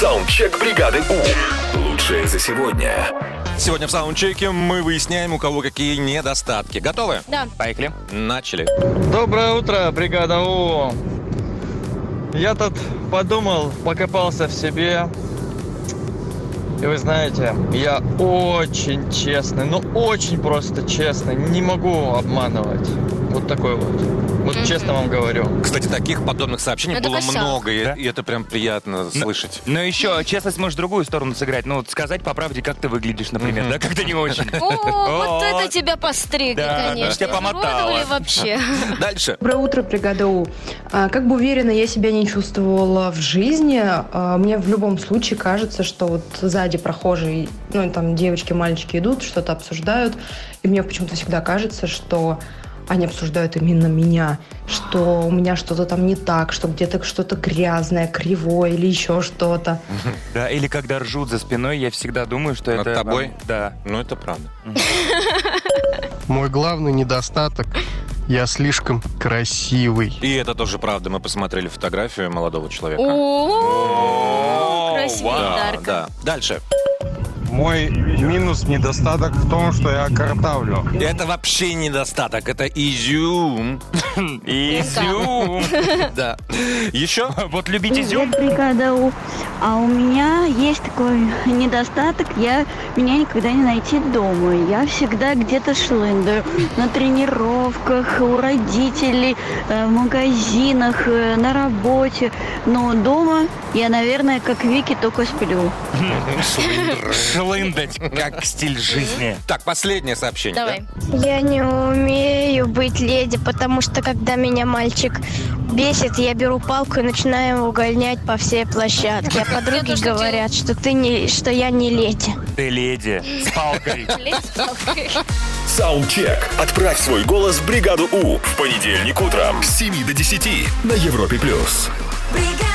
Саундчек бригады У. Лучшее за сегодня. Сегодня в саундчеке мы выясняем, у кого какие недостатки. Готовы? Да. Поехали. Начали. Доброе утро, бригада У. Я тут подумал, покопался в себе. И вы знаете, я очень честный, ну очень просто честный, не могу обманывать. Вот такой вот. Вот честно вам говорю. Кстати, таких подобных сообщений Это было косяк. много, и- Да? и это прям приятно слышать. Но еще честность может другую сторону сыграть. Ну, вот сказать по правде, как ты выглядишь, например, да, как-то не очень. О, вот это Вот. тебя постригли, Да, конечно. тебя помотало. Уродовали вообще. Дальше. Доброе утро, бригада У. А, Как бы уверенно я себя не чувствовала в жизни, а, мне в любом случае кажется, что вот сзади прохожие, ну там девочки, мальчики идут, что-то обсуждают, и мне почему-то всегда кажется, что они обсуждают именно меня, что у меня что-то там не так, что где-то что-то грязное, кривое или еще что-то. Да, или когда ржут за спиной, я всегда думаю, что Над это... а, тобой? Да. Ну, это правда. Мой главный недостаток – я слишком красивый. И это тоже правда. Мы посмотрели фотографию молодого человека. О, красивый Да, подарок. да. Дальше. Мой минус, недостаток в том, что я картавлю. Это вообще недостаток, это изюм. Изюм! Да. Еще? Вот любить изюм? бригада У. А у меня есть такой недостаток, я меня никогда не найти дома. Я всегда где-то шлындаю. На тренировках, у родителей, э, в магазинах, э, на работе. Но дома я, наверное, как Вики, только сплю. Шлындать, как стиль жизни. Так, последнее сообщение. Давай. Я не умею быть леди, потому что когда меня мальчик бесит, я беру палку и начинаю его угольнять по всей площадке. А Я подруги тоже говорят, что ты не, что я не леди. Ты леди с палкой. Лезь с палкой. Саундчек. Отправь свой голос в бригаду У в понедельник утром с 7 до 10 на Европе+. плюс. Бригада!